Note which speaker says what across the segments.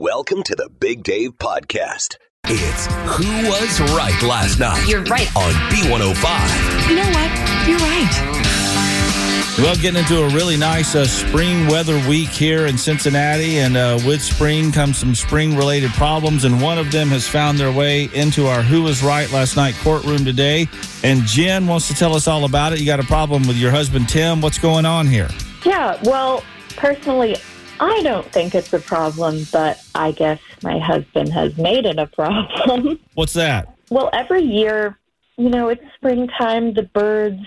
Speaker 1: Welcome to the Big Dave Podcast. It's Who Was Right Last Night
Speaker 2: You're right.
Speaker 1: on B105.
Speaker 2: You know what? You're right.
Speaker 3: Well, getting into a really nice uh, spring weather week here in Cincinnati, and uh, with spring comes some spring related problems, and one of them has found their way into our Who Was Right Last Night courtroom today. And Jen wants to tell us all about it. You got a problem with your husband, Tim. What's going on here?
Speaker 4: Yeah, well, personally, I don't think it's a problem, but I guess my husband has made it a problem.
Speaker 3: What's that?
Speaker 4: well, every year, you know, it's springtime, the birds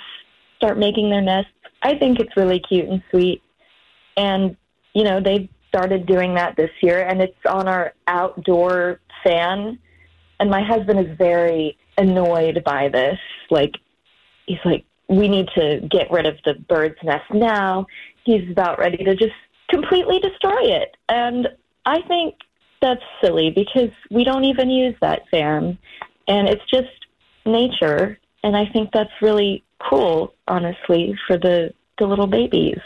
Speaker 4: start making their nests. I think it's really cute and sweet. And, you know, they started doing that this year, and it's on our outdoor fan. And my husband is very annoyed by this. Like, he's like, we need to get rid of the bird's nest now. He's about ready to just completely destroy it. And I think that's silly because we don't even use that fan. And it's just nature. And I think that's really cool, honestly, for the, the little babies.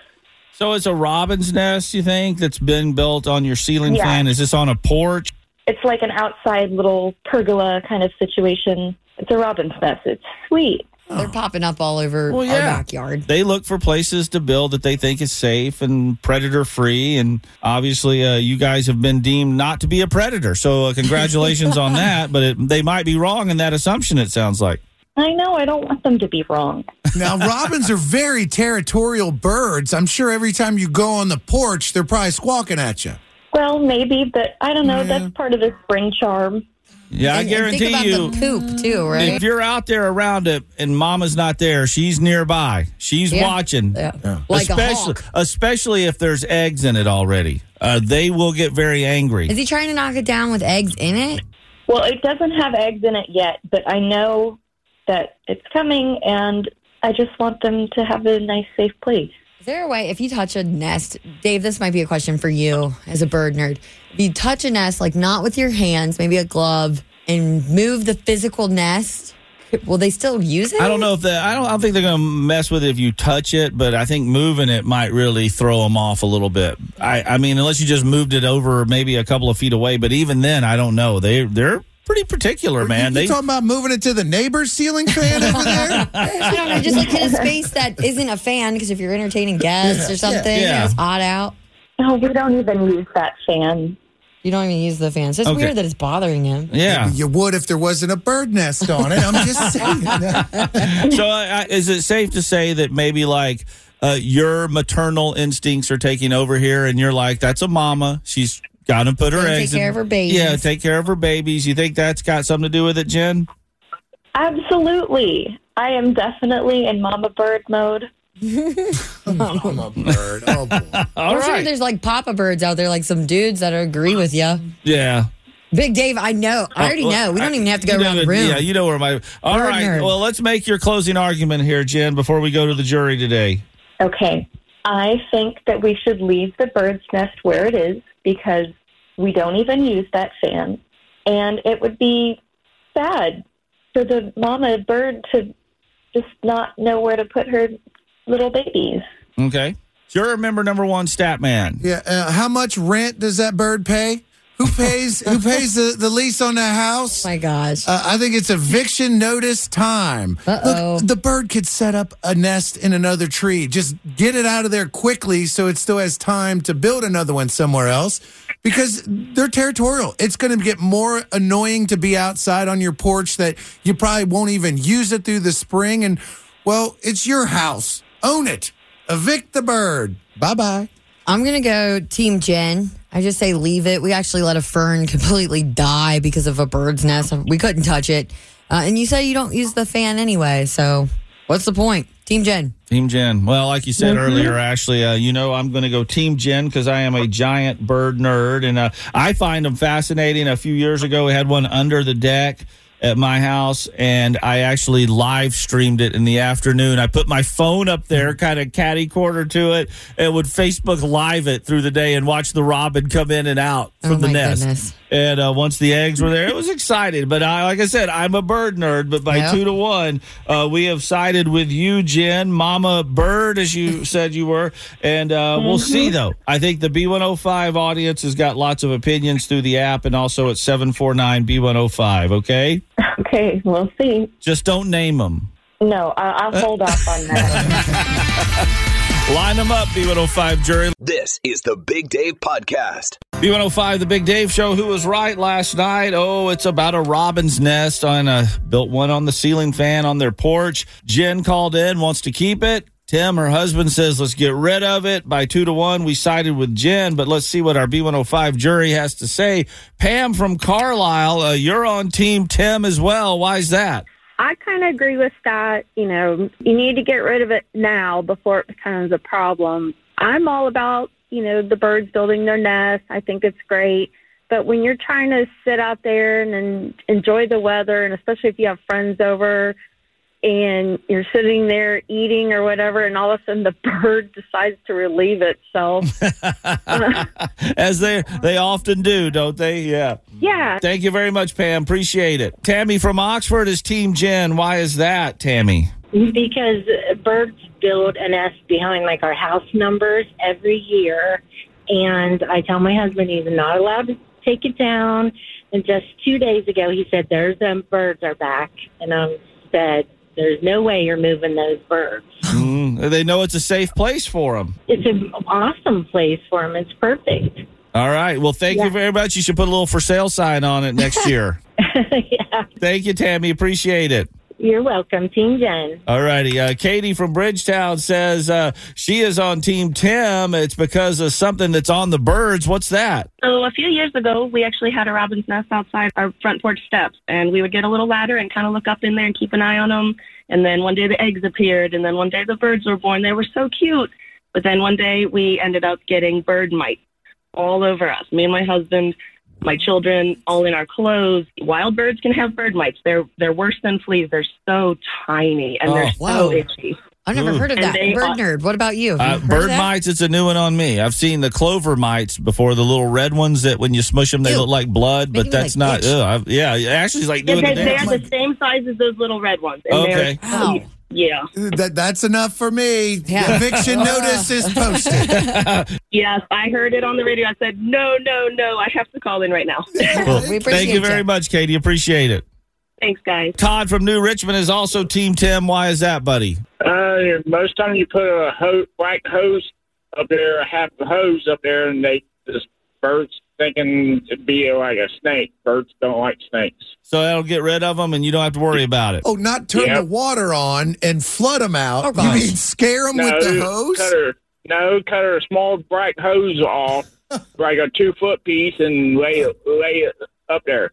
Speaker 3: So it's a robin's nest, you think, that's been built on your ceiling
Speaker 4: Yeah.
Speaker 3: fan? Is this on a porch?
Speaker 4: It's like an outside little pergola kind of situation. It's a robin's nest. It's sweet.
Speaker 2: They're popping up all over
Speaker 3: Oh. Well,
Speaker 2: our
Speaker 3: yeah.
Speaker 2: backyard.
Speaker 3: They look for places to build that they think is safe and predator free. And obviously, uh, you guys have been deemed not to be a predator. So, uh, congratulations on that. But it, they might be wrong in that assumption, it sounds like.
Speaker 4: I know. I don't want them to be wrong.
Speaker 5: Now, robins are very territorial birds. I'm sure every time you go on the porch, they're probably squawking at you.
Speaker 4: Well, maybe, but I don't know. That's part of the spring charm.
Speaker 3: Yeah,
Speaker 2: And-
Speaker 3: I
Speaker 2: and
Speaker 3: guarantee
Speaker 2: think about
Speaker 3: you.
Speaker 2: the poop too, right?
Speaker 3: If you're out there around it and mama's not there, she's nearby. She's
Speaker 2: Yeah.
Speaker 3: watching.
Speaker 2: Yeah. Like a
Speaker 3: especially,
Speaker 2: hawk.
Speaker 3: especially if there's eggs in it already. Uh, they will get very angry.
Speaker 2: Is he trying to knock it down with eggs in it?
Speaker 4: Well, it doesn't have eggs in it yet, but I know that it's coming, and I just want them to have a nice, safe place.
Speaker 2: Is there a way if you touch a nest, Dave? This might be a question for you as a bird nerd. If you touch a nest, like not with your hands, maybe a glove, and move the physical nest, will they still use it?
Speaker 3: I don't know if that. I don't. I don't think they're going to mess with it if you touch it, but I think moving it might really throw them off a little bit. I, I mean, unless you just moved it over maybe a couple of feet away, but even then, I don't know. They they're pretty particular, man.
Speaker 5: You
Speaker 3: They
Speaker 5: talking about moving it to the neighbor's ceiling fan over there?
Speaker 2: I don't know. Just like in a space that isn't a fan, because if you're entertaining guests or something,
Speaker 3: Yeah.
Speaker 2: it's odd out.
Speaker 4: No, we don't even use that fan.
Speaker 2: You don't even use the fans. It's
Speaker 3: Okay.
Speaker 2: weird that it's bothering him.
Speaker 3: yeah.
Speaker 5: You would if there wasn't a bird nest on it. I'm just saying.
Speaker 3: So I, I, is it safe to say that maybe like uh, your maternal instincts are taking over here, and you're like, that's a mama. She's got to put her
Speaker 2: Gotta take
Speaker 3: eggs.
Speaker 2: care of her babies.
Speaker 3: Yeah, take care of her babies. You think that's got something to do with it, Jen?
Speaker 4: Absolutely. I am definitely in mama bird mode.
Speaker 5: I'm a bird. Oh, boy.
Speaker 3: All
Speaker 2: I'm sure
Speaker 3: right.
Speaker 2: there's like Papa birds out there, like some dudes that agree with you.
Speaker 3: Yeah.
Speaker 2: Big Dave, I know. I already
Speaker 3: Oh, well,
Speaker 2: know. We don't
Speaker 3: I-
Speaker 2: even have to go
Speaker 3: you know
Speaker 2: around
Speaker 3: it-
Speaker 2: the room.
Speaker 3: Yeah, you know where my. All
Speaker 2: We're a
Speaker 3: right.
Speaker 2: nerd.
Speaker 3: Well, let's make your closing argument here, Jen, before we go to the jury today.
Speaker 4: Okay. I think that we should leave the bird's nest where it is because we don't even use that fan. And it would be sad for the mama bird to just not know where to put her little babies.
Speaker 3: Okay. Juror member number one, stat man.
Speaker 5: Yeah. Uh, how much rent does that bird pay? Who pays? Who pays the, the lease on that house?
Speaker 2: oh my gosh.
Speaker 5: Uh, I think it's eviction notice time.
Speaker 2: Uh-oh.
Speaker 5: Look, the bird could set up a nest in another tree. Just get it out of there quickly so it still has time to build another one somewhere else because they're territorial. It's going to get more annoying to be outside on your porch that you probably won't even use it through the spring. And, well, it's your house. Own it. Evict the bird. Bye bye.
Speaker 2: I'm going to go Team Jen. I just say leave it. We actually let a fern completely die because of a bird's nest. We couldn't touch it. Uh, and you said you don't use the fan anyway, so What's the point? Team Jen.
Speaker 3: Team Jen. Well, like you said
Speaker 2: Mm-hmm.
Speaker 3: earlier, Ashley, uh, you know I'm going to go Team Jen because I am a giant bird nerd, and uh, I find them fascinating. A few years ago, we had one under the deck at my house, and I actually live streamed it in the afternoon. I put my phone up there,
Speaker 2: Mm-hmm.
Speaker 3: kind of catty corner to it, and would Facebook live it through the day and watch the robin come in and out from
Speaker 2: Oh,
Speaker 3: the
Speaker 2: my
Speaker 3: nest.
Speaker 2: goodness.
Speaker 3: And uh, once the eggs were there, it was exciting. But I, like I said, I'm a bird nerd. But by
Speaker 2: Yep.
Speaker 3: two to one, uh, we have sided with you, Jen, Mama Bird, as you said you were. And uh, we'll see, though. I think the B105 audience has got lots of opinions through the app and also at 749 B105. Okay,
Speaker 4: Okay, we'll see.
Speaker 3: just don't name them.
Speaker 4: No, I- I'll hold off on that.
Speaker 3: Line them up, B105 jury.
Speaker 1: This is the Big Dave Podcast.
Speaker 3: B105, the Big Dave Show. Who was right last night? Oh, it's about a robin's nest. On a built one on the ceiling fan on their porch. Jen called in, wants to keep it. Tim, her husband, says let's get rid of it. By two to one, we sided with Jen, but let's see what our B105 jury has to say. Pam from Carlisle, uh, you're on Team Tim as well. Why's that?
Speaker 6: I kind of agree with Scott. You know, you need to get rid of it now before it becomes a problem. I'm all about, you know, the birds building their nests. I think it's great. But when you're trying to sit out there and, and enjoy the weather, and especially if you have friends over and you're sitting there eating or whatever, and all of a sudden the bird decides to relieve itself.
Speaker 3: As they they often do, don't they? Yeah.
Speaker 6: yeah.
Speaker 3: Thank you very much, Pam. Appreciate it. Tammy from Oxford is Team Jen. Why is that, Tammy?
Speaker 7: Because birds build a nest behind like our house numbers every year. And I tell my husband he's not allowed to take it down. And just two days ago, he said, There's them birds are back. And I said, There's no way you're moving those birds.
Speaker 3: Mm, they know it's a safe place for them.
Speaker 7: It's an awesome place for them. It's perfect.
Speaker 3: All right. Well, thank you very much. You should put a little for sale sign on it next year.
Speaker 7: yeah.
Speaker 3: thank you, Tammy. Appreciate it.
Speaker 7: You're welcome, Team Jen.
Speaker 3: All righty. Uh, Katie from Bridgetown says uh, she is on Team Tim. It's because of something that's on the birds. What's that?
Speaker 8: So a few years ago, we actually had a robin's nest outside our front porch steps, and we would get a little ladder and kind of look up in there and keep an eye on them. And then one day the eggs appeared, and then one day the birds were born. They were so cute, but then one day we ended up getting bird mites all over us. Me and my husband, my children, all in our clothes. Wild birds can have bird mites. They're they're worse than fleas. They're so tiny and
Speaker 3: Oh,
Speaker 8: they're
Speaker 2: wow.
Speaker 8: so itchy.
Speaker 2: I've never
Speaker 3: Ooh.
Speaker 2: heard of
Speaker 8: And
Speaker 2: that.
Speaker 8: they
Speaker 2: Bird
Speaker 8: are-
Speaker 2: nerd. What about you? Have
Speaker 3: Mm. Uh,
Speaker 2: you heard of
Speaker 3: bird
Speaker 2: that?
Speaker 3: mites, it's a new one on me. I've seen the clover mites before, the little red ones that when you smush them, they
Speaker 2: Ew.
Speaker 3: look like blood,
Speaker 2: Make me,
Speaker 3: but that's
Speaker 2: like,
Speaker 3: not.
Speaker 2: itch.
Speaker 3: Ugh, I've- yeah, Ashley's like doing
Speaker 8: They,
Speaker 3: the
Speaker 8: they
Speaker 3: dance.
Speaker 8: are the same size as those little red ones. And
Speaker 3: Okay.
Speaker 8: they're
Speaker 2: Wow.
Speaker 8: yeah.
Speaker 5: That, that's enough for me.
Speaker 2: Yeah.
Speaker 5: Eviction notice is posted.
Speaker 8: Yes, I heard it on the radio. I said, no, no, no, I have to call in right now.
Speaker 3: Well, thank you
Speaker 2: We appreciate
Speaker 3: very
Speaker 2: you.
Speaker 3: much, Katie. Appreciate it.
Speaker 8: Thanks, guys.
Speaker 3: Todd from New Richmond is also Team Tim. Why is that, buddy?
Speaker 9: Uh, most time you put a ho- black hose up there, a half a hose up there, and they just birds thinking it'd be like a snake. Birds don't like snakes.
Speaker 3: So that'll get rid of them, and you don't have to worry about it.
Speaker 5: Oh, not turn
Speaker 9: Yeah.
Speaker 5: the water on and flood them out.
Speaker 2: Oh,
Speaker 5: you
Speaker 2: gosh.
Speaker 5: mean scare them with the hose?
Speaker 9: cut her. No, cut her a small black hose off, like a two foot piece, and lay it lay it up there.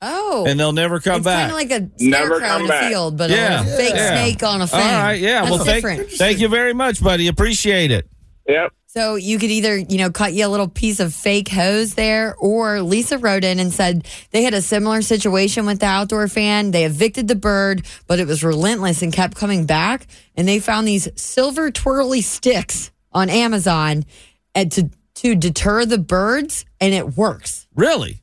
Speaker 2: Oh.
Speaker 3: And they'll never come
Speaker 2: it's
Speaker 3: back.
Speaker 2: kind of like a
Speaker 9: Never
Speaker 2: scarecrow in
Speaker 9: come
Speaker 2: a
Speaker 9: back.
Speaker 2: field, but
Speaker 3: Yeah.
Speaker 2: a little fake
Speaker 3: Yeah.
Speaker 2: snake on a
Speaker 3: All
Speaker 2: fan.
Speaker 3: right, yeah.
Speaker 2: That's
Speaker 3: well, thank,
Speaker 2: different.
Speaker 3: thank you very much, buddy. Appreciate it.
Speaker 9: Yep.
Speaker 2: So you could either, you know, cut you a little piece of fake hose there, or Lisa wrote in and said they had a similar situation with the outdoor fan. They evicted the bird, but it was relentless and kept coming back. And they found these silver twirly sticks on Amazon and to to deter the birds, and it works.
Speaker 3: Really?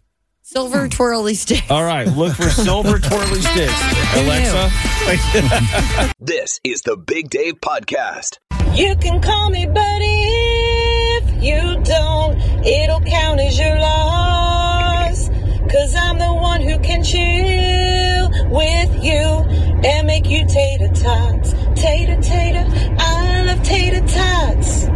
Speaker 2: Silver twirly stick.
Speaker 3: Hmm. All right. Look for silver twirly sticks,
Speaker 2: Who knew?
Speaker 3: Alexa.
Speaker 1: This is the Big Dave Podcast.
Speaker 10: You can call me buddy if you don't. It'll count as your loss. Cause I'm the one who can chill with you and make you tater tots. Tater, tater. I love tater tots.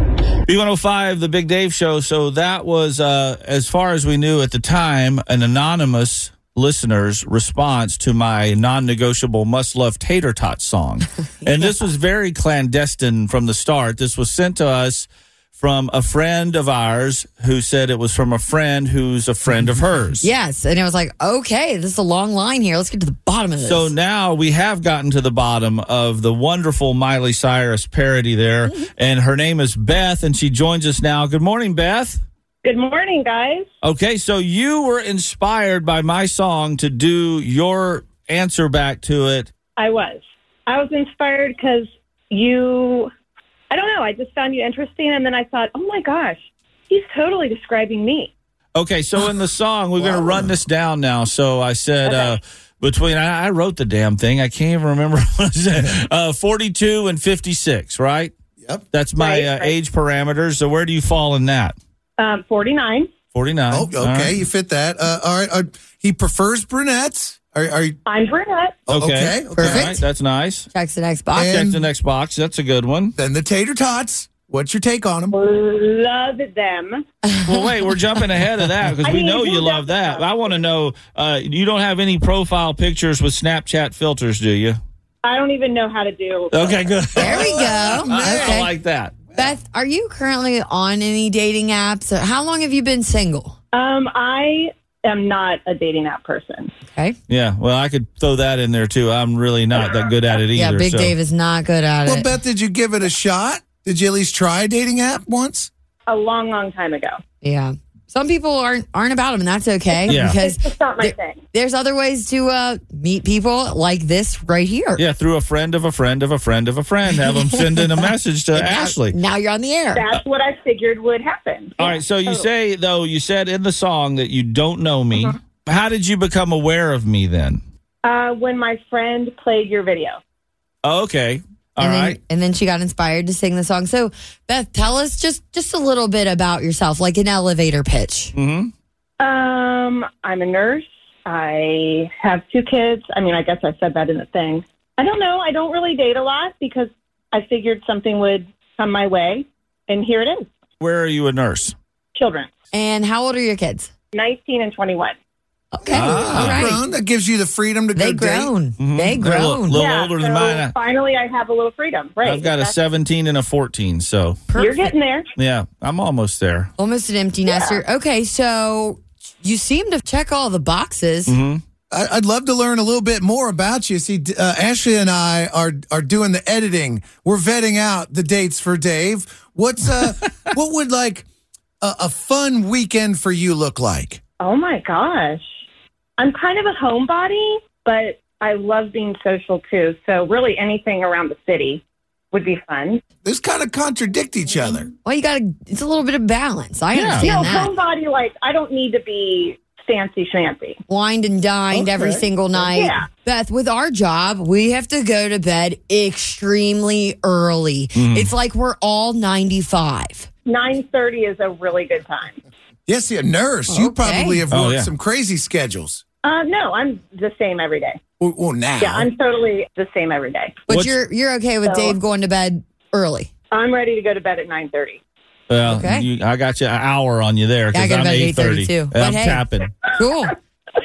Speaker 3: B105, the Big Dave Show. So that was, uh, as far as we knew at the time, an anonymous listener's response to my non-negotiable must-love tater tot song. And this was very clandestine from the start. This was sent to us from a friend of ours who said it was from a friend who's a friend of hers.
Speaker 2: Yes. And it was like, okay, this is a long line here. Let's get to the bottom of this.
Speaker 3: So now we have gotten to the bottom of the wonderful Miley Cyrus parody there. And her name is Beth, and she joins us now. Good morning, Beth.
Speaker 4: Good morning, guys.
Speaker 3: Okay, so you were inspired by my song to do your answer back to it.
Speaker 4: I was. I was inspired because you, I don't know, I just found you interesting. And then I thought, oh my gosh, he's totally describing me.
Speaker 3: Okay, so in the song, we're going to run this down now. So I said, uh, between, I, I wrote the damn thing. I can't even remember what I said. Uh, 42 and 56, right? Yep. That's my
Speaker 4: Right,
Speaker 3: uh,
Speaker 4: right.
Speaker 3: age parameters. So where do you fall in that?
Speaker 4: Um, 49.
Speaker 3: 49.
Speaker 5: Oh, okay,
Speaker 3: All right.
Speaker 5: you fit that. Uh, all right, uh, he prefers brunettes. Are, are you,
Speaker 4: I'm brunette.
Speaker 5: okay, okay,
Speaker 3: All right, That's nice.
Speaker 2: Checks the next box.
Speaker 3: Check
Speaker 5: And
Speaker 3: the next box. That's a good one.
Speaker 5: then the tater tots. What's your take on them?
Speaker 4: Love them.
Speaker 3: Well, wait, we're jumping ahead of that because
Speaker 4: I
Speaker 3: we
Speaker 4: mean,
Speaker 3: know
Speaker 4: who
Speaker 3: you love that. I want to know uh, you don't have any profile pictures with Snapchat filters, do you?
Speaker 4: I don't even know how to do.
Speaker 3: Okay, good.
Speaker 2: There we go.
Speaker 3: I
Speaker 2: Okay.
Speaker 3: like that.
Speaker 2: Beth, are you currently on any dating apps? Uh, How long have you been single?
Speaker 4: Um, I am not a dating app person.
Speaker 2: Okay.
Speaker 3: Yeah, well, I could throw that in there too. I'm really not that good at it either.
Speaker 2: yeah, Big
Speaker 3: so.
Speaker 2: Dave is not good at
Speaker 5: Well,
Speaker 2: it.
Speaker 5: Beth, did you give it a shot? Did you at least try a dating app once?
Speaker 4: A long, long time ago.
Speaker 2: yeah. Some people aren't aren't about them, and that's okay
Speaker 3: Yeah.
Speaker 2: because
Speaker 4: It's not my
Speaker 2: there-
Speaker 4: thing.
Speaker 2: there's other ways to uh, meet people like this right here.
Speaker 3: Yeah, through a friend of a friend of a friend of a friend, have them send in a message to Ashley.
Speaker 2: Now you're on the air.
Speaker 4: That's what I figured would happen.
Speaker 3: All right, so
Speaker 4: Oh.
Speaker 3: you say though you said in the song that you don't know me.
Speaker 4: Uh-huh.
Speaker 3: How did you become aware of me then?
Speaker 4: Uh, when my friend played your video.
Speaker 3: Okay, all right.
Speaker 2: and Then, and then she got inspired to sing the song. So, Beth, tell us just just a little bit about yourself, like an elevator pitch.
Speaker 3: Mm-hmm.
Speaker 4: Um, I'm a nurse. I have two kids. I mean, I guess I said that in the thing. I don't know. I don't really date a lot because I figured something would come my way, and here it is.
Speaker 3: Where are you a nurse?
Speaker 4: Children,
Speaker 2: And how old are your kids?
Speaker 4: 19 and 21.
Speaker 2: Okay,
Speaker 3: Ah.
Speaker 2: all right.
Speaker 5: Grown? That gives you the freedom to
Speaker 2: They
Speaker 5: go date.
Speaker 2: grown. They
Speaker 3: Mm-hmm. They're a little-
Speaker 2: grown.
Speaker 3: little
Speaker 4: yeah,
Speaker 3: older than
Speaker 4: so
Speaker 3: mine. I-
Speaker 4: Finally, I have a little freedom. Right.
Speaker 3: I've got a
Speaker 4: That's-
Speaker 3: 17 and a 14, so
Speaker 4: You're getting there.
Speaker 3: yeah, I'm almost there.
Speaker 2: Almost an empty nester. Okay, so you seem to check all the boxes.
Speaker 3: Mm-hmm.
Speaker 5: I- I'd love to learn a little bit more about you. See, d- uh, Ashley and I are are doing the editing. We're vetting out the dates for Dave. What's uh, what would like a, a fun weekend for you look like?
Speaker 4: Oh my gosh. I'm kind of a homebody, but I love being social too. So, really, anything around the city would be fun.
Speaker 5: Those kind of contradict each other.
Speaker 2: Well, you got to. It's a little bit of balance. I
Speaker 4: No,
Speaker 2: understand that.
Speaker 4: homebody, like, I don't need to be fancy shanty.
Speaker 2: Wined and dined every single night.
Speaker 4: Yeah.
Speaker 2: Beth, with our job, we have to go to bed extremely early.
Speaker 3: Mm-hmm.
Speaker 2: It's like we're all 95.
Speaker 4: 9.30 is a really good time.
Speaker 5: Yes, see, a nurse. You
Speaker 2: Okay.
Speaker 5: probably have
Speaker 3: Oh,
Speaker 5: worked
Speaker 3: yeah.
Speaker 5: some crazy schedules.
Speaker 4: Uh, no, I'm the same every day.
Speaker 5: Well, well now,
Speaker 4: Yeah, I'm totally the same every day.
Speaker 2: But
Speaker 3: What's-
Speaker 2: you're you're okay with
Speaker 4: So-
Speaker 2: Dave going to bed early.
Speaker 4: I'm ready to go to bed at 9.30.
Speaker 3: Well,
Speaker 2: Okay.
Speaker 3: you, I got you an hour on you there
Speaker 2: Yeah, I
Speaker 3: because
Speaker 2: got
Speaker 3: I'm
Speaker 2: about
Speaker 3: 8:30.
Speaker 2: 8:30 too.
Speaker 3: And
Speaker 2: But
Speaker 3: I'm
Speaker 2: hey.
Speaker 3: tapping.
Speaker 2: Cool.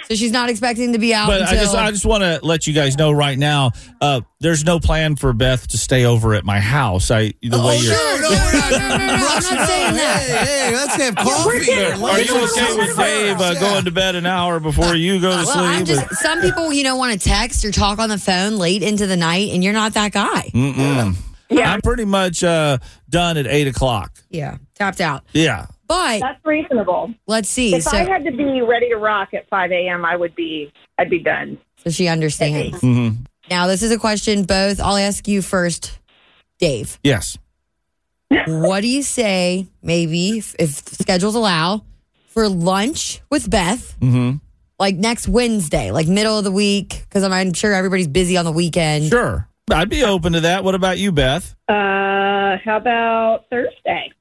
Speaker 2: so she's not expecting to be out
Speaker 3: But I
Speaker 2: until
Speaker 3: just I just want to let you guys know right now, uh, there's no plan for Beth to stay over at my house. I the way you're.
Speaker 2: Oh, no, no, no, no, no, no, I'm not saying that.
Speaker 5: Oh, Hey, hey, let's have coffee.
Speaker 4: getting-
Speaker 3: Are you okay with Dave uh,
Speaker 5: Yeah.
Speaker 3: going to bed an hour before you go to
Speaker 2: Well,
Speaker 3: sleep?
Speaker 2: I'm just some people, you know, want to text or talk on the phone late into the night, and you're not that guy.
Speaker 3: Mm-mm. I'm pretty much uh, done at eight o'clock.
Speaker 2: Yeah, tapped out.
Speaker 3: Yeah.
Speaker 2: But
Speaker 4: That's reasonable.
Speaker 2: let's see.
Speaker 4: If
Speaker 2: so,
Speaker 4: I had to be ready to rock at 5 a.m., I would be, I'd be done.
Speaker 2: so she understands.
Speaker 3: hmm
Speaker 2: Now, this is a question both. I'll ask you first, Dave.
Speaker 3: Yes.
Speaker 2: what do you say, maybe, if, if schedules allow, for lunch with Beth,
Speaker 3: hmm
Speaker 2: like next Wednesday, like middle of the week? Because I'm, I'm sure everybody's busy on the weekend.
Speaker 3: Sure. I'd be open to that. What about you, Beth?
Speaker 4: Uh, how about Thursday?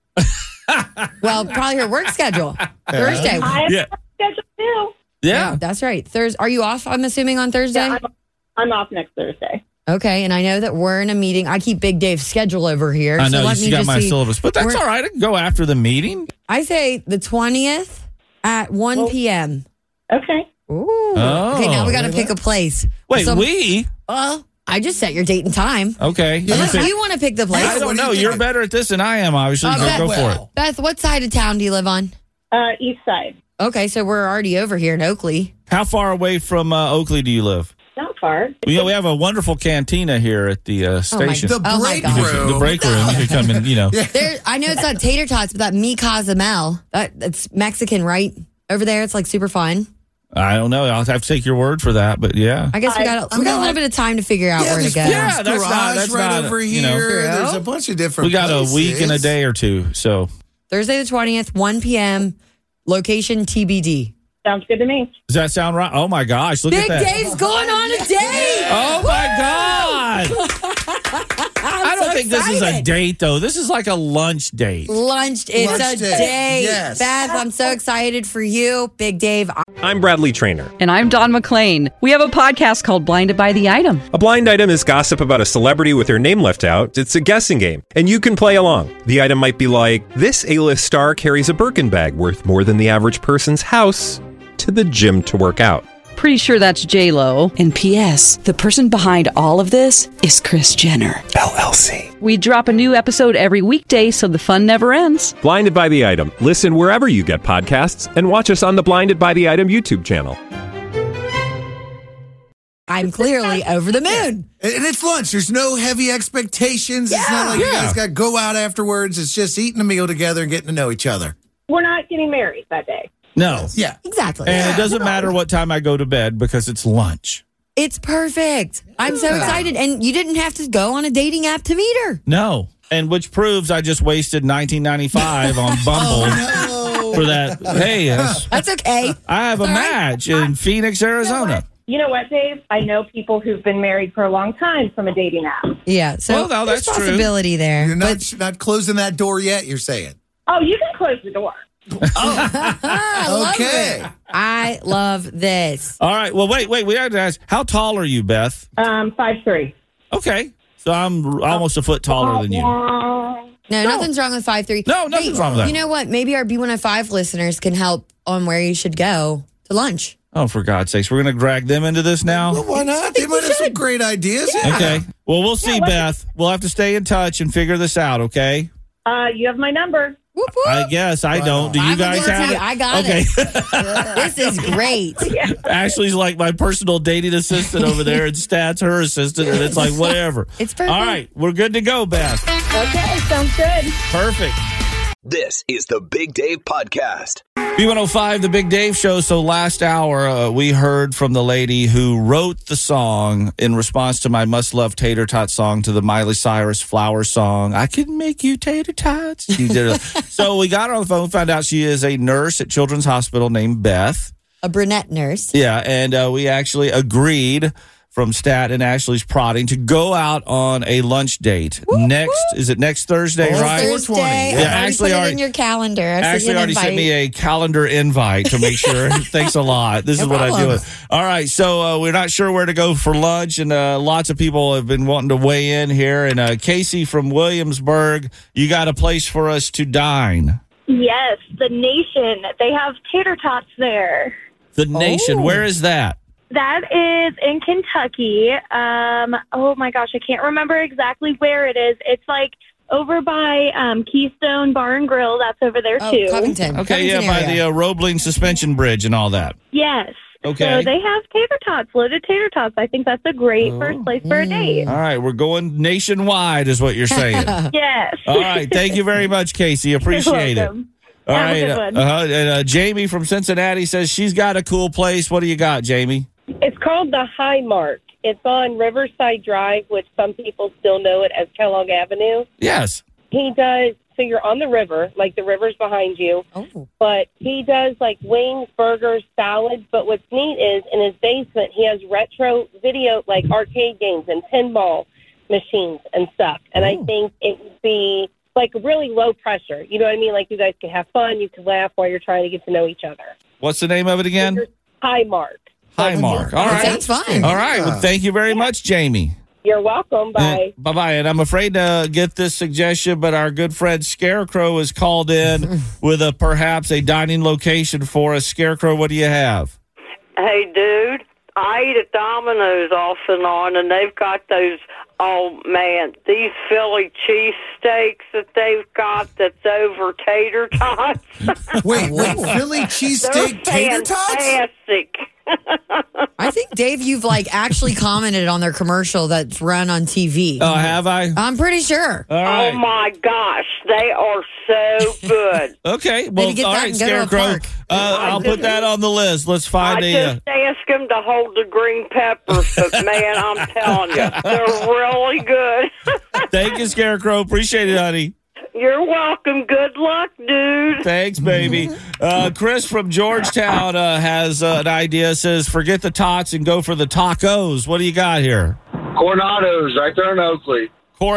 Speaker 2: Well, probably her work schedule. Thursday.
Speaker 4: I have
Speaker 3: Yeah.
Speaker 4: a schedule too.
Speaker 2: Yeah, that's right. Thursday. Are you off? I'm assuming on Thursday.
Speaker 4: Yeah, I'm, I'm off next Thursday.
Speaker 2: okay, and I know that we're in a meeting. I keep Big Dave's schedule over here.
Speaker 3: I know
Speaker 2: so let
Speaker 3: you
Speaker 2: me
Speaker 3: got
Speaker 2: just
Speaker 3: my
Speaker 2: see.
Speaker 3: syllabus, but that's
Speaker 2: We're-
Speaker 3: all right. I can go after the meeting.
Speaker 2: I say the 20th at 1
Speaker 4: Well-
Speaker 2: p.m.
Speaker 4: Okay.
Speaker 2: Ooh. okay, now we got to pick a place.
Speaker 3: Oh. Wait,
Speaker 2: Some-
Speaker 3: we?
Speaker 2: Well, I just set your date and time.
Speaker 3: Okay.
Speaker 2: Unless you want to pick the place.
Speaker 3: I don't know. You're better at this than I am, obviously.
Speaker 2: Uh,
Speaker 3: so
Speaker 2: Beth,
Speaker 3: go for it.
Speaker 2: Beth, what side of town do you live on?
Speaker 11: Uh, east side.
Speaker 2: Okay, so we're already over here in Oakley.
Speaker 3: How far away from uh, Oakley do you live?
Speaker 11: Not far.
Speaker 3: We, we have a wonderful cantina here at the uh, station.
Speaker 2: The Oh, my break God. room.
Speaker 3: The break room. You can come in, you know.
Speaker 2: There, I know it's not tater tots, but that mi Cozumel, that, that's Mexican, right? Over there, it's like super fun.
Speaker 3: I don't know. I'll have to take your word for that, but yeah.
Speaker 2: I guess we got we got a little bit of time to figure out where to go.
Speaker 3: yeah, that's not, that's
Speaker 5: right
Speaker 3: not,
Speaker 5: over
Speaker 3: you
Speaker 5: here.
Speaker 3: know.
Speaker 5: There's a bunch of different.
Speaker 3: We got a week and a
Speaker 5: places.
Speaker 3: day or two, so
Speaker 2: Thursday the twentieth, one p.m. Location TBD.
Speaker 11: Sounds good to me.
Speaker 3: does that sound right? Oh my gosh, look
Speaker 2: Big
Speaker 3: at that!
Speaker 2: Dave's going on a date.
Speaker 3: Oh my god! I don't think this is a date though. This is like a lunch date.
Speaker 2: Lunch. It's
Speaker 12: Lunch
Speaker 2: a
Speaker 12: date.
Speaker 2: date.
Speaker 12: Yes.
Speaker 2: Beth, I'm so excited for you, Big Dave.
Speaker 12: I'm Bradley Trainer.
Speaker 13: And I'm Don McClain. We have a podcast called Blinded by the Item.
Speaker 12: A blind item is gossip about a celebrity with their name left out. It's a guessing game, and you can play along. The item might be like this: A-list star carries a Birkin bag worth more than the average person's house to the gym to work out.
Speaker 13: Pretty sure that's J Lo. And P.S. The person behind all of this is Chris Jenner.
Speaker 12: LLC.
Speaker 13: We drop a new episode every weekday, so the fun never ends.
Speaker 12: Blinded by the item. Listen wherever you get podcasts, and watch us on the Blinded by the Item YouTube channel.
Speaker 2: I'm clearly over the moon.
Speaker 5: And it's lunch. There's no heavy expectations. It's not like you
Speaker 11: Yeah.
Speaker 5: guys got to go out afterwards. It's just eating a meal together and getting to know each other.
Speaker 11: We're not getting married that day.
Speaker 3: No,
Speaker 5: Yeah.
Speaker 2: Exactly.
Speaker 3: and it doesn't matter what time I go to bed because it's lunch.
Speaker 2: It's perfect. I'm so excited. And you didn't have to go on a dating app to meet her.
Speaker 3: No, and which proves I just wasted 1995
Speaker 2: Oh,
Speaker 3: on Bumble for that. Hey, yes,
Speaker 2: That's okay.
Speaker 3: I have a match in Phoenix, Arizona.
Speaker 11: You know what, Dave? I know people who've been married for a long time from a dating app.
Speaker 2: Yeah. So
Speaker 5: Well, no,
Speaker 2: there's
Speaker 5: that's true.
Speaker 2: possibility there.
Speaker 5: You're not not closing that door yet. You're saying
Speaker 11: Oh, you can close the door.
Speaker 5: okay.
Speaker 2: I love this.
Speaker 3: All right. Well, wait, wait. We have to ask. How tall are you, Beth?
Speaker 11: Um, five three.
Speaker 3: Okay, so I'm r- almost a foot taller than you.
Speaker 11: No,
Speaker 2: nothing's wrong with five three.
Speaker 3: No, nothing's wrong with that.
Speaker 2: You know what? Maybe our B105 listeners can help on where you should go to lunch.
Speaker 3: Oh, for God's sakes, we're going to drag them into this now.
Speaker 5: Why not? They might have some great ideas. Yeah.
Speaker 3: Okay. Well, we'll see, Beth. We'll have to stay in touch and figure this out. Okay.
Speaker 11: Uh, you have my number.
Speaker 2: Whoop, whoop.
Speaker 3: I guess I don't. Do you
Speaker 2: I'm
Speaker 3: guys
Speaker 2: guilty.
Speaker 3: have it?
Speaker 2: I got
Speaker 3: okay.
Speaker 2: This is great.
Speaker 3: Ashley's like my personal dating assistant over there, and Stat's her assistant, and it's like whatever.
Speaker 2: It's perfect.
Speaker 3: All right, we're good to go, Beth.
Speaker 11: Okay, sounds good.
Speaker 3: Perfect.
Speaker 1: This is the Big Dave Podcast.
Speaker 3: B105, the Big Dave Show. So last hour, uh, we heard from the lady who wrote the song in response to my Must Love Tater Tot song to the Miley Cyrus Flower song. I can make you tater tots. She did it. so we got her on the phone, found out she is a nurse at Children's Hospital named Beth.
Speaker 2: A brunette nurse.
Speaker 3: Yeah, and uh, we actually agreed from Stat and Ashley's prodding to go out on a lunch date. next, is it next Thursday,
Speaker 2: It's
Speaker 3: right?
Speaker 2: Thursday.
Speaker 3: Yeah,
Speaker 2: I already
Speaker 3: Ashley
Speaker 2: put it
Speaker 3: already,
Speaker 2: in your calendar. I
Speaker 3: Ashley
Speaker 2: sent you an
Speaker 3: already sent
Speaker 2: invite.
Speaker 3: me a calendar invite to make sure. Thanks a lot. This
Speaker 2: No
Speaker 3: is what I
Speaker 2: problem.
Speaker 3: do. All right, so uh, we're not sure where to go for lunch, and uh, lots of people have been wanting to weigh in here. And uh, Casey from Williamsburg, you got a place for us to dine.
Speaker 14: Yes, the Nation. They have tater tots there.
Speaker 3: The Nation,
Speaker 14: Oh.
Speaker 3: where is that?
Speaker 14: That is in Kentucky. Um, oh my gosh, I can't remember exactly where it is. It's like over by um, Keystone Bar and Grill. That's over there
Speaker 2: Oh,
Speaker 14: too.
Speaker 2: Covington.
Speaker 3: Okay, yeah, by the uh, Roebling Suspension Bridge and all that.
Speaker 14: Yes.
Speaker 3: Okay.
Speaker 14: So they have tater tots, loaded tater tots. I think that's a great first place for a date.
Speaker 3: All right, we're going nationwide, is what you're saying.
Speaker 14: Yes.
Speaker 3: All right, thank you very much, Casey. Appreciate it.
Speaker 14: welcome.
Speaker 3: All
Speaker 14: Have a
Speaker 3: right,
Speaker 14: good
Speaker 3: uh,
Speaker 14: one.
Speaker 3: uh-huh, and, uh, Jamie from Cincinnati says she's got a cool place. What do you got, Jamie?
Speaker 15: It's called the High Mark. It's on Riverside Drive, which some people still know it as Kellogg Avenue.
Speaker 3: Yes.
Speaker 15: He does, so you're on the river, like the river's behind you.
Speaker 2: Oh.
Speaker 15: But he does like wings, burgers, salads. But what's neat is in his basement, he has retro video, like arcade games and pinball machines and stuff. And I think it would be like really low pressure. You know what I mean? Like you guys can have fun, you can laugh while you're trying to get to know each other.
Speaker 3: What's the name of it again?
Speaker 15: High Mark.
Speaker 3: Hi, Mark. All right.
Speaker 15: sounds fun.
Speaker 3: All right. Well,
Speaker 15: Yeah.
Speaker 3: thank you very much, Jamie.
Speaker 15: You're welcome. Bye.
Speaker 3: Bye bye. And I'm afraid to get this suggestion, but our good friend Scarecrow is called in with a perhaps a dining location for us. Scarecrow, what do you have?
Speaker 16: Hey, dude, I eat at Domino's off and on, and they've got those. Oh man, these Philly cheesesteaks that they've got that's over tater tots.
Speaker 5: Wait, wait, Philly cheesesteak tater tots?
Speaker 16: Fantastic.
Speaker 2: I think Dave, you've like actually commented on their commercial that's run on TV.
Speaker 3: Oh, have I? Uh,
Speaker 2: I'm pretty sure.
Speaker 16: Oh my gosh, they are so good.
Speaker 3: Okay,
Speaker 16: Maybe
Speaker 3: well,
Speaker 16: get
Speaker 3: all
Speaker 16: that
Speaker 3: right,
Speaker 16: and go to a
Speaker 3: Scarecrow. Uh,
Speaker 16: park. Oh,
Speaker 3: I'll put that on the list. Let's
Speaker 16: I
Speaker 3: find a. uh,
Speaker 16: just ask them to hold the green peppers, but man, I'm telling you, they're really good.
Speaker 3: uh, Thank you, Scarecrow. Appreciate it, honey.
Speaker 16: You're welcome. Good luck, dude.
Speaker 3: Thanks, baby. Uh, Chris from Georgetown uh, has uh, an idea. Says, forget the tots and go for the tacos. What do you got here?
Speaker 17: Coronados right there in Oakley.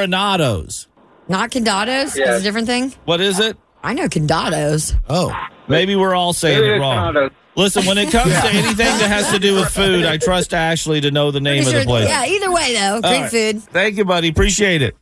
Speaker 3: Coronados.
Speaker 2: Not condados?
Speaker 3: Yeah.
Speaker 2: It's a different thing?
Speaker 3: What is it?
Speaker 2: I know condados.
Speaker 3: Oh, maybe we're all saying
Speaker 2: Maybe
Speaker 3: it
Speaker 2: it's
Speaker 3: wrong.
Speaker 2: condos.
Speaker 3: Listen, when it comes to
Speaker 2: Yeah.
Speaker 3: anything that has to do with food, I trust Ashley to know the name of the place.
Speaker 2: yeah, either way, though.
Speaker 3: All
Speaker 2: Great
Speaker 3: right.
Speaker 2: food.
Speaker 3: Thank you, buddy. Appreciate it.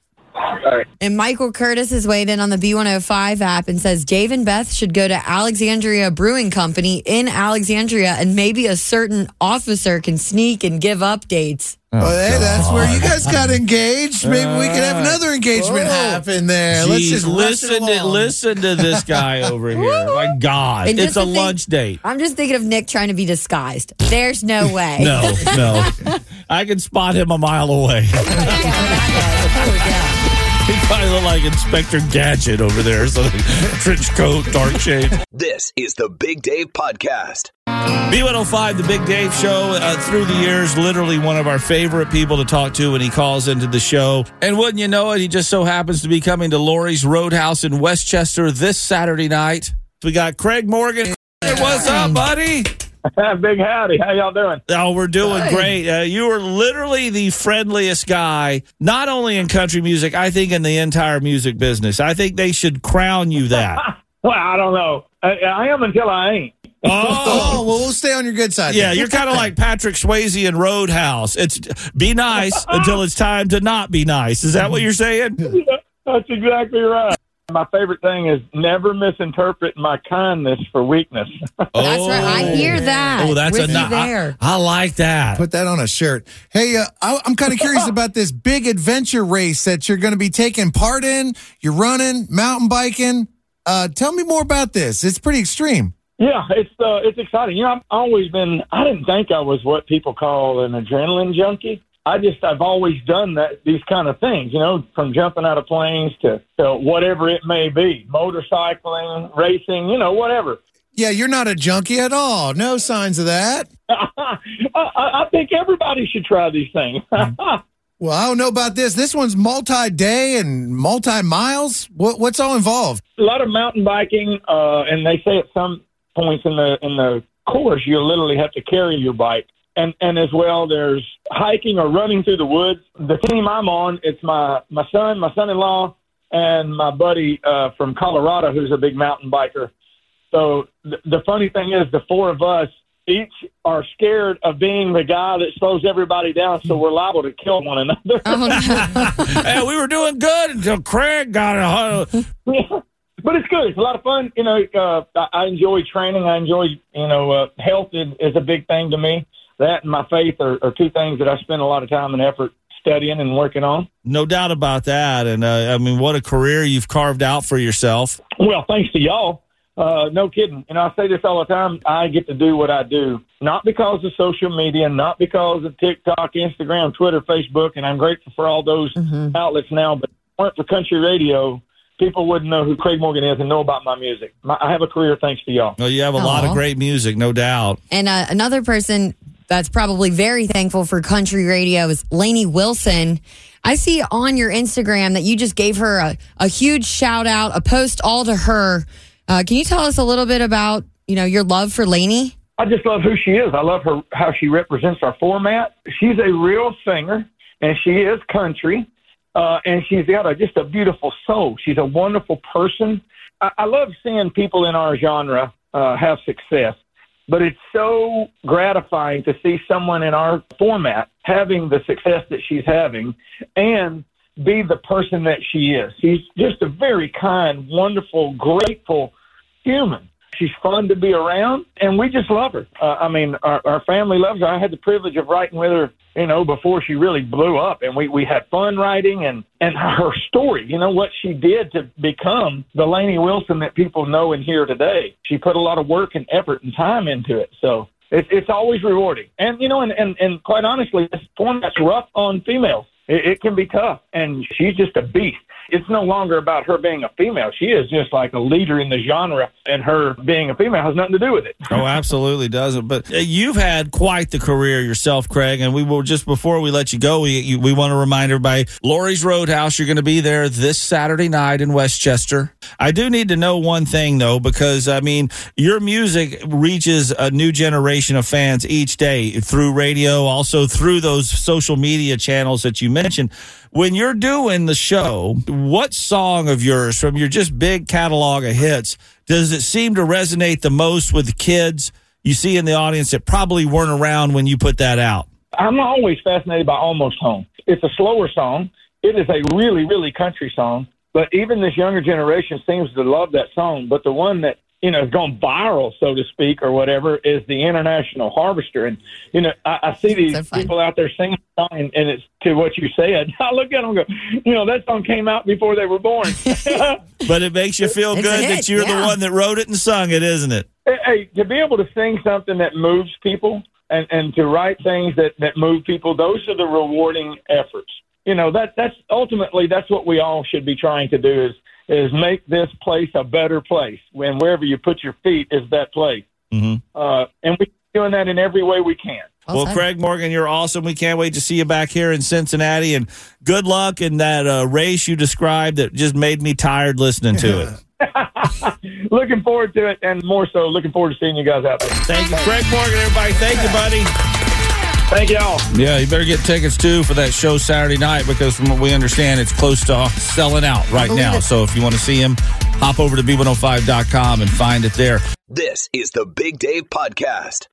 Speaker 2: And Michael Curtis has weighed in on the B105 app and says Dave and Beth should go to Alexandria Brewing Company in Alexandria and maybe a certain officer can sneak and give updates.
Speaker 5: Oh, hey, that's where you guys
Speaker 3: Oh.
Speaker 5: got engaged. Maybe we could have
Speaker 3: Uh,
Speaker 5: another engagement happen there. Let's
Speaker 3: Jeez,
Speaker 5: just rush it
Speaker 3: listen to
Speaker 5: along.
Speaker 3: listen to this guy over here. My God,
Speaker 2: And
Speaker 3: it's
Speaker 2: just
Speaker 3: a
Speaker 2: to think-
Speaker 3: lunch date.
Speaker 2: I'm just thinking of Nick trying to be disguised. There's no way.
Speaker 3: No, no, I can spot him a mile away. He probably looked like Inspector Gadget over there, or something. Trench coat, dark shade.
Speaker 1: This is the Big Dave Podcast.
Speaker 3: B105, the Big Dave Show, uh, through the years, literally one of our favorite people to talk to when he calls into the show. And wouldn't you know it, he just so happens to be coming to Lori's Roadhouse in Westchester this Saturday night. We got Craig Morgan. Hey, what's up, buddy?
Speaker 17: Big howdy. How y'all doing?
Speaker 3: Oh, we're doing
Speaker 17: Hey.
Speaker 3: great. Uh, you are literally the friendliest guy, not only in country music, I think in the entire music business. I think they should crown you that.
Speaker 17: Well, I don't know. I, I am until I ain't.
Speaker 3: Oh,
Speaker 5: well, we'll stay on your good side.
Speaker 3: Yeah, you're kind of like Patrick Swayze in Roadhouse. It's be nice until it's time to not be nice. Is that what you're saying?
Speaker 17: That's exactly right. My favorite thing is never misinterpret my kindness for weakness.
Speaker 2: That's right. I hear that.
Speaker 5: Oh, that's a
Speaker 2: with you
Speaker 5: not- I-
Speaker 2: there.
Speaker 3: I like that.
Speaker 5: Put that on a shirt. Hey, uh, I, I'm kind of curious about this big adventure race that you're going to be taking part in. You're running, mountain biking. Uh, tell me more about this. It's pretty extreme.
Speaker 17: Yeah, it's uh, it's exciting. You know, I've always been. I didn't think I was what people call an adrenaline junkie. I just I've always done that these kind of things. You know, from jumping out of planes to, to whatever it may be, motorcycling, racing. You know, whatever.
Speaker 5: Yeah, you're not a junkie at all. No signs of that.
Speaker 17: I, I I think everybody should try these things.
Speaker 5: Well, I don't know about this. This one's multi-day and multi-miles. What, what's all involved?
Speaker 17: a lot of mountain biking, uh, and they say at some points in the in the course you literally have to carry your bike. And and as well, there's hiking or running through the woods. The team I'm on, it's my my son, my son-in-law, and my buddy uh, from Colorado, who's a big mountain biker. So th- the funny thing is, the four of us each are scared of being the guy that slows everybody down, so we're liable to kill one another.
Speaker 2: Oh,
Speaker 3: and we were doing good until Craig got a
Speaker 17: but it's good. It's a lot of fun. You know, uh, I I enjoy training. I enjoy, you know, uh, health is, is a big thing to me. That and my faith are, are two things that I spend a lot of time and effort studying and working on.
Speaker 3: No doubt about that. And uh, I mean, what a career you've carved out for yourself.
Speaker 17: Well, thanks to y'all. Uh, no kidding. And I say this all the time. I get to do what I do, not because of social media, not because of TikTok, Instagram, Twitter, Facebook. And I'm grateful for all those outlets now. But if it weren't for country radio, people wouldn't know who Craig Morgan is and know about my music. My, I have a career thanks to y'all.
Speaker 3: Oh, you have a lot of great music, no doubt.
Speaker 2: And uh, another person that's probably very thankful for country radio is Lainey Wilson. I see on your Instagram that you just gave her a, a huge shout out, a post all to her. Uh, can you tell us a little bit about you know your love for Lainey?
Speaker 17: I just love who she is. I love her how she represents our format. She's a real singer, and she is country, uh, and she's got a, just a beautiful soul. She's a wonderful person. I, I love seeing people in our genre uh, have success, but it's so gratifying to see someone in our format having the success that she's having, and be the person that she is. She's just a very kind, wonderful, grateful human. She's fun to be around, and we just love her. Uh, I mean, our, our family loves her. I had the privilege of writing with her, you know, before she really blew up, and we we had fun writing and and her story. You know what she did to become the Laney Wilson that people know and hear today. She put a lot of work and effort and time into it. So. It, it's always rewarding, and you know, and, and and quite honestly, this format's rough on females. It, it can be tough, and she's just a beast. It's no longer about her being a female. She is just like a leader in the genre, and her being a female has nothing to do with it.
Speaker 3: Oh, absolutely doesn't. But uh, you've had quite the career yourself, Craig. And we will just before we let you go, we you, we want to remind everybody, Lori's Roadhouse. You're going to be there this Saturday night in Westchester. I do need to know one thing though, because I mean, your music reaches a new generation of fans each day through radio, also through those social media channels that you mentioned. When you're doing the show, what song of yours from your just big catalog of hits does it seem to resonate the most with kids you see in the audience that probably weren't around when you put that out?
Speaker 17: I'm always fascinated by Almost Home. It's a slower song. It is a really, really country song. But even this younger generation seems to love that song. But the one that, you know, has gone viral, so to speak, or whatever, is the International Harvester. And, you know, I, I see these people out there singing the song, and, and it's to what you said. I look at them and go, you know, that song came out before they were born.
Speaker 3: But it makes you feel
Speaker 17: It's a
Speaker 3: good
Speaker 17: hit,
Speaker 3: that you're
Speaker 17: yeah.
Speaker 3: the one that wrote it and sung it, isn't it?
Speaker 17: hey, to be able to sing something that moves people and, and to write things that, that move people, those are the rewarding efforts. You know, that that's ultimately that's what we all should be trying to do is is make this place a better place. When wherever you put your feet is that place. Uh, and we're doing that in every way we can.
Speaker 3: Mm-hmm. Well, Craig Morgan, you're awesome. We can't wait to see you back here in Cincinnati, and good luck in that uh, race you described that just made me tired listening to it.
Speaker 17: Looking forward to it, and more so, looking forward to seeing you guys out there.
Speaker 3: Thank you, Craig Morgan, everybody. Thank you, buddy.
Speaker 17: Thank y'all.
Speaker 3: Yeah, you better get tickets too for that show Saturday night because from what we understand, it's close to selling out right
Speaker 1: believe
Speaker 3: now.
Speaker 1: it.
Speaker 3: So if you want to see him, hop over to b105.com and find it there.
Speaker 1: This is the Big Dave Podcast.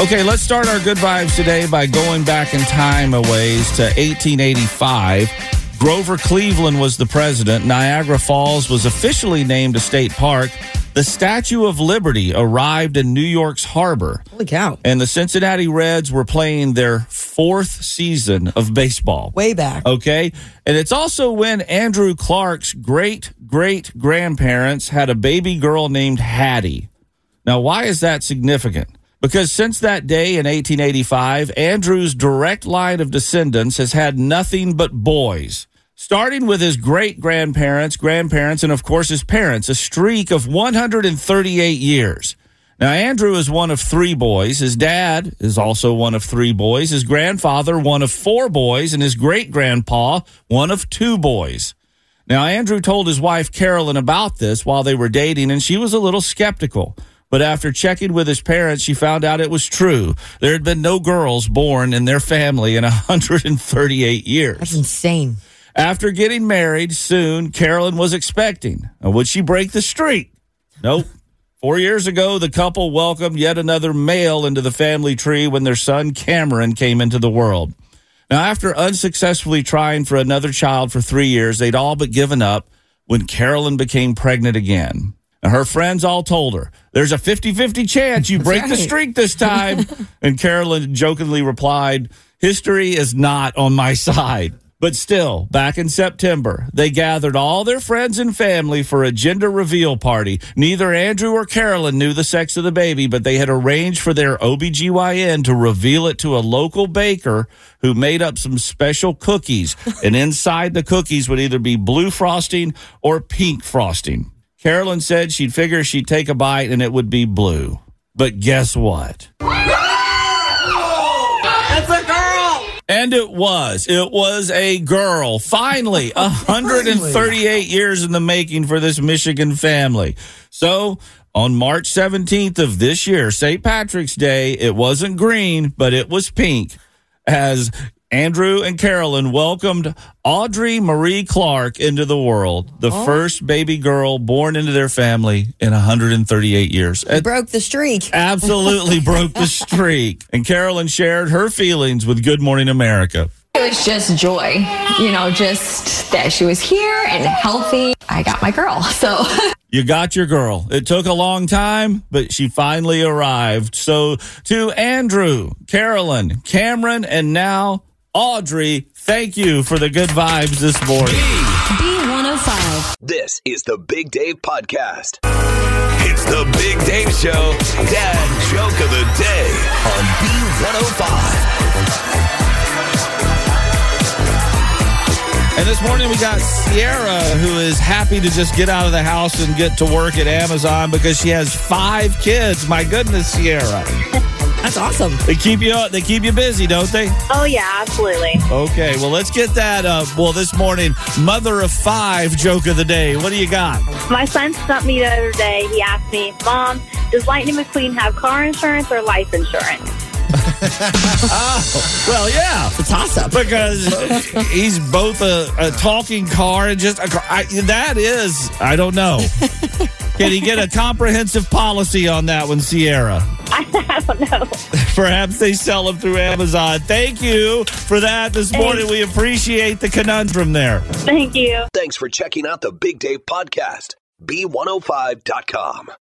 Speaker 3: Okay, let's start our good vibes today by going back in time a ways to 1885. Grover Cleveland was the president. Niagara Falls was officially named a state park. The Statue of Liberty arrived in New York's harbor.
Speaker 2: Holy cow.
Speaker 3: And the Cincinnati Reds were playing their fourth season of baseball.
Speaker 2: Way back.
Speaker 3: Okay. And it's also when Andrew Clark's great great grandparents had a baby girl named Hattie. Now, why is that significant? Because since that day in 1885, Andrew's direct line of descendants has had nothing but boys. Starting with his great grandparents, grandparents, and of course his parents, a streak of 138 years. Now, Andrew is one of three boys. His dad is also one of three boys. His grandfather, one of four boys. And his great grandpa, one of two boys. Now, Andrew told his wife Carolyn about this while they were dating, and she was a little skeptical. But after checking with his parents, she found out it was true. There had been no girls born in their family in 138 years. That's
Speaker 2: insane.
Speaker 3: After getting married soon, Carolyn was expecting. Now, Would she break the streak? Nope. Four years ago, the couple welcomed yet another male into the family tree when their son Cameron came into the world. Now, after unsuccessfully trying for another child for three years, they'd all but given up when Carolyn became pregnant again. And her friends all told her, There's a 50 50 chance you break the
Speaker 1: Right.
Speaker 3: streak this time. and Carolyn jokingly replied, History is not on my side. But still, back in September, they gathered all their friends and family for a gender reveal party. Neither Andrew or Carolyn knew the sex of the baby, but they had arranged for their OBGYN to reveal it to a local baker who made up some special cookies. and inside the cookies would either be blue frosting or pink frosting. Carolyn said she'd figure she'd take a bite and it would be blue. But guess what?
Speaker 10: It's a girl!
Speaker 3: And it was. It was a girl. Finally, 138 years in the making for this Michigan family. So on March 17th of this year, St. Patrick's Day, it wasn't green, but it was pink as Andrew and Carolyn welcomed Audrey Marie Clark into the world, the
Speaker 2: Oh.
Speaker 3: first baby girl born into their family in 138 years.
Speaker 2: He broke the streak.
Speaker 3: Absolutely broke the streak. And Carolyn shared her feelings with Good Morning America.
Speaker 10: It
Speaker 18: was just joy, you know, just that she was here and healthy. I got my girl. So
Speaker 3: You got your girl. It took a long time, but she finally arrived. So to Andrew, Carolyn, Cameron, and now Audrey, thank you for the good vibes this morning.
Speaker 1: B105. This is the Big Dave Podcast. It's the Big Dave Show, Dad Joke of the Day on B105.
Speaker 3: And this morning we got Sierra, who is happy to just get out of the house and get to work at Amazon because she has five kids. My goodness, Sierra. That's awesome. They keep you they keep you busy, don't they?
Speaker 19: Oh, yeah, absolutely.
Speaker 3: Okay, well let's get that up. Well, this morning, mother of five joke of the day. What do you got?
Speaker 19: My son stumped me the other day. He asked me, Mom, does Lightning McQueen have car insurance or life insurance?
Speaker 3: Oh, well, yeah. It's awesome. Because he's both a, a talking car and just a car. I, that is, I don't know. Can he get a comprehensive policy on that one, Sierra?
Speaker 19: I don't know.
Speaker 3: Perhaps they sell them through Amazon. Thank you for that this morning. We appreciate the conundrum there.
Speaker 19: Thank you.
Speaker 1: oh Thanks for checking out the Big Dave Podcast, B105.com.